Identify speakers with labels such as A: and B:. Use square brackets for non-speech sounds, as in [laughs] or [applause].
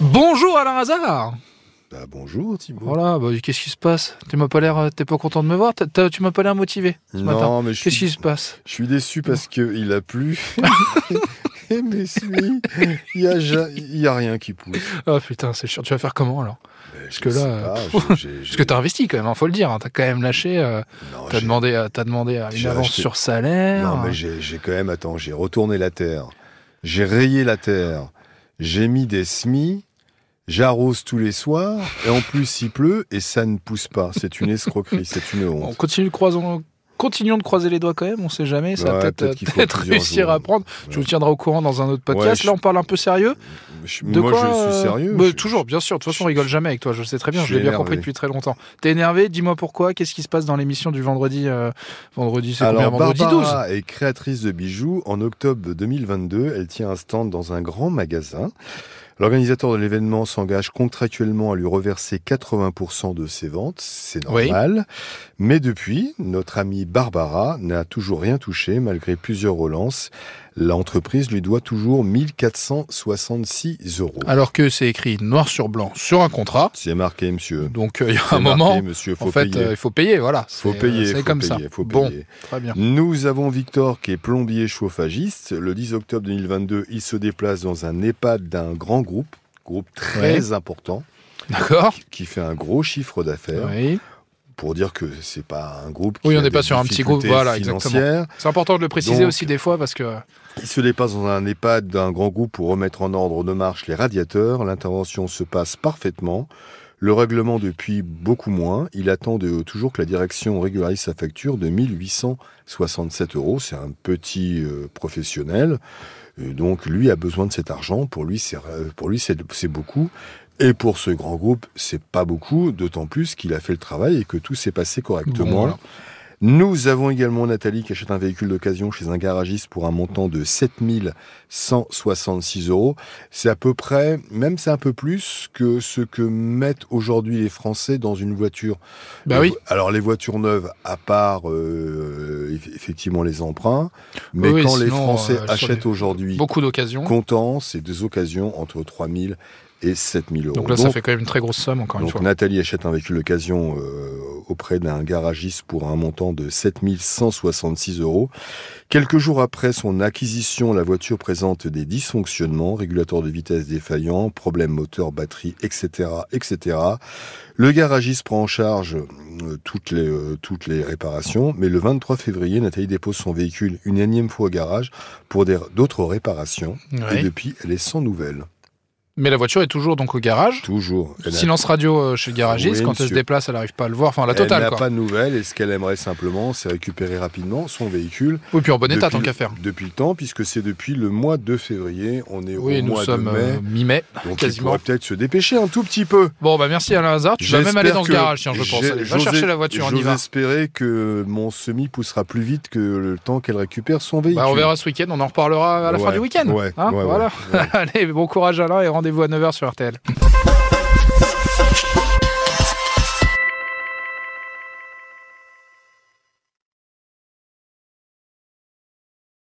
A: Bonjour Alain Hazard
B: Bah bonjour Thibault.
A: Voilà, bah, qu'est-ce qui se passe Tu m'as pas l'air, euh, t'es pas content de me voir T'as- t'as- Tu m'as pas l'air motivé ce
B: non,
A: matin.
B: mais je
A: Qu'est-ce
B: suis,
A: qui se passe
B: je suis déçu parce que il a plu.
A: [laughs]
B: Et mes semis, il y a, ja- il y a rien qui pousse.
A: Ah putain, c'est chiant. Tu vas faire comment alors
B: Parce
A: que là, Parce que t'as investi quand même, hein, faut le dire. hein. T'as quand même lâché. euh, t'as demandé, à- t'as demandé à une
B: j'ai
A: avance
B: acheté-
A: sur salaire.
B: Non, mais j'ai j'ai quand même, attends, j'ai retourné la terre, j'ai rayé la terre, j'ai mis des semis, j'arrose tous les soirs, et en plus il pleut et ça ne pousse pas. C'est une escroquerie, c'est une
A: On
B: honte.
A: continue de croisons- Continuons de croiser les doigts quand même, on sait jamais, [laughs] ça va
B: Ouais,
A: peut-être
B: peut-être
A: euh, [laughs]
B: qu'il faut
A: peut-être
B: plusieurs
A: réussir
B: jours.
A: à prendre. Je vous tiendrai au courant dans un autre podcast.
B: Ouais, je-
A: Là, on parle un peu sérieux.
B: Je-
A: De
B: moi
A: quoi,
B: je
A: euh,
B: suis sérieux.
A: bah,
B: je-
A: Toujours, bien sûr. De toute façon, on rigole jamais avec toi. Je sais très bien. Je
B: je suis
A: l'ai bien
B: énervé.
A: compris depuis très longtemps. T'es énervé Dis-moi pourquoi. Qu'est-ce qui se passe dans l'émission du vendredi euh, Vendredi, c'est combien
B: Alors,
A: Vendredi 12.
B: Barbara est créatrice de bijoux. En octobre 2022, elle tient un stand dans un grand magasin. L'organisateur de l'événement s'engage contractuellement à lui reverser 80% de ses ventes. C'est
A: Oui.
B: normal. Mais depuis, notre amie Barbara n'a toujours rien touché malgré plusieurs relances. L'entreprise lui doit toujours 1466 euros.
A: Alors que c'est écrit noir sur blanc sur un contrat.
B: C'est marqué, monsieur.
A: Donc euh, il y a
B: C'est
A: un
B: marqué,
A: moment.
B: monsieur, faut
A: En fait,
B: payer.
A: euh, il faut payer. Voilà.
B: faut
A: C'est- euh,
B: payer,
A: C'est
B: faut
A: comme
B: payer,
A: ça.
B: faut
A: bon,
B: payer.
A: très bien.
B: Nous avons Victor qui est plombier chauffagiste. Le 10 octobre 2022, il se déplace dans un EHPAD d'un grand groupe, groupe très important,
A: D'accord.
B: qui fait un gros chiffre d'affaires.
A: Oui.
B: Pour dire que c'est pas un groupe.
A: Oui,
B: qui
A: on
B: a
A: n'est
B: des
A: pas sur un petit
B: difficultés
A: groupe, voilà, exactement.
B: financières.
A: C'est important de le préciser
B: Donc-
A: aussi des fois parce que
B: Il se déplace dans un EHPAD d'un grand groupe pour remettre en ordre de marche les radiateurs. L'intervention se passe parfaitement. Le règlement depuis beaucoup moins. Il attend de- toujours que la direction régularise sa facture de 1867 euros. C'est un petit euh, professionnel. Et donc lui a besoin de cet argent. Pour lui, c'est euh, pour lui c'est c'est beaucoup. Et pour ce grand groupe, c'est pas beaucoup. D'autant plus qu'il a fait le travail et que tout s'est passé correctement.
A: Bon, voilà.
B: Nous avons également Nathalie qui achète un véhicule d'occasion chez un garagiste pour un montant de 7166 euros. C'est à peu près, même c'est un peu plus que ce que mettent aujourd'hui les Français dans une voiture.
A: bah
B: Les
A: oui.
B: Euh, vo- Alors les voitures neuves, à part euh, eff- effectivement les emprunts, mais
A: Oui,
B: quand les
A: sinon,
B: Français
A: euh, sur
B: achètent
A: les-
B: aujourd'hui
A: Beaucoup d'occasions.
B: comptant, c'est des occasions entre 3000 et 7000 euros.
A: Donc là, ça
B: Donc,
A: fait quand même une très grosse somme encore une
B: donc
A: fois.
B: Nathalie achète un véhicule d'occasion euh, auprès d'un garagiste pour un montant de 7166 euros. Quelques jours après son acquisition, la voiture présente des dysfonctionnements, régulateur de vitesse défaillant, problème moteur, batterie, etc., etc. Le garagiste prend en charge euh, toutes les, euh, toutes les réparations, mais le 23 février, Nathalie dépose son véhicule une énième fois au garage pour des- d'autres réparations. Et
A: Ouais.
B: depuis, elle est sans nouvelles.
A: Mais la voiture est toujours donc au garage.
B: Toujours. Elle a-
A: Silence radio euh, chez le garagiste.
B: Oui,
A: Quand elle se
B: monsieur.
A: déplace, elle n'arrive pas à le voir. Enfin, la totale
B: Elle n'a
A: Bah, quoi.
B: pas de nouvelles et ce qu'elle aimerait simplement, c'est récupérer rapidement son véhicule.
A: Oui, puis en bon état
B: depuis-
A: tant qu'à faire.
B: Depuis le temps, puisque c'est depuis le mois de février. On est
A: Oui,
B: au
A: nous
B: mois
A: sommes
B: de mai.
A: euh, mi-mai.
B: donc
A: quasiment.
B: il pourrait peut-être se dépêcher un tout petit peu.
A: Bon, bah merci Alain Hazard. Tu vas même aller dans ce
B: J'espère que-
A: garage, tiens, je pense.
B: j'ai-
A: Allez, va
B: j'ose-
A: chercher la voiture, on y
B: j'ose
A: va.
B: espérer que mon semi poussera plus vite que le temps qu'elle récupère son véhicule.
A: Bah, on verra ce week-end, on en reparlera à la fin
B: Ouais,
A: du week-end.
B: ouais,
A: Hein, [laughs]
B: ouais, ouais,
A: voilà.
B: ouais.
A: Allez, bon courage Alain et rendez-vous à 9h sur RTL.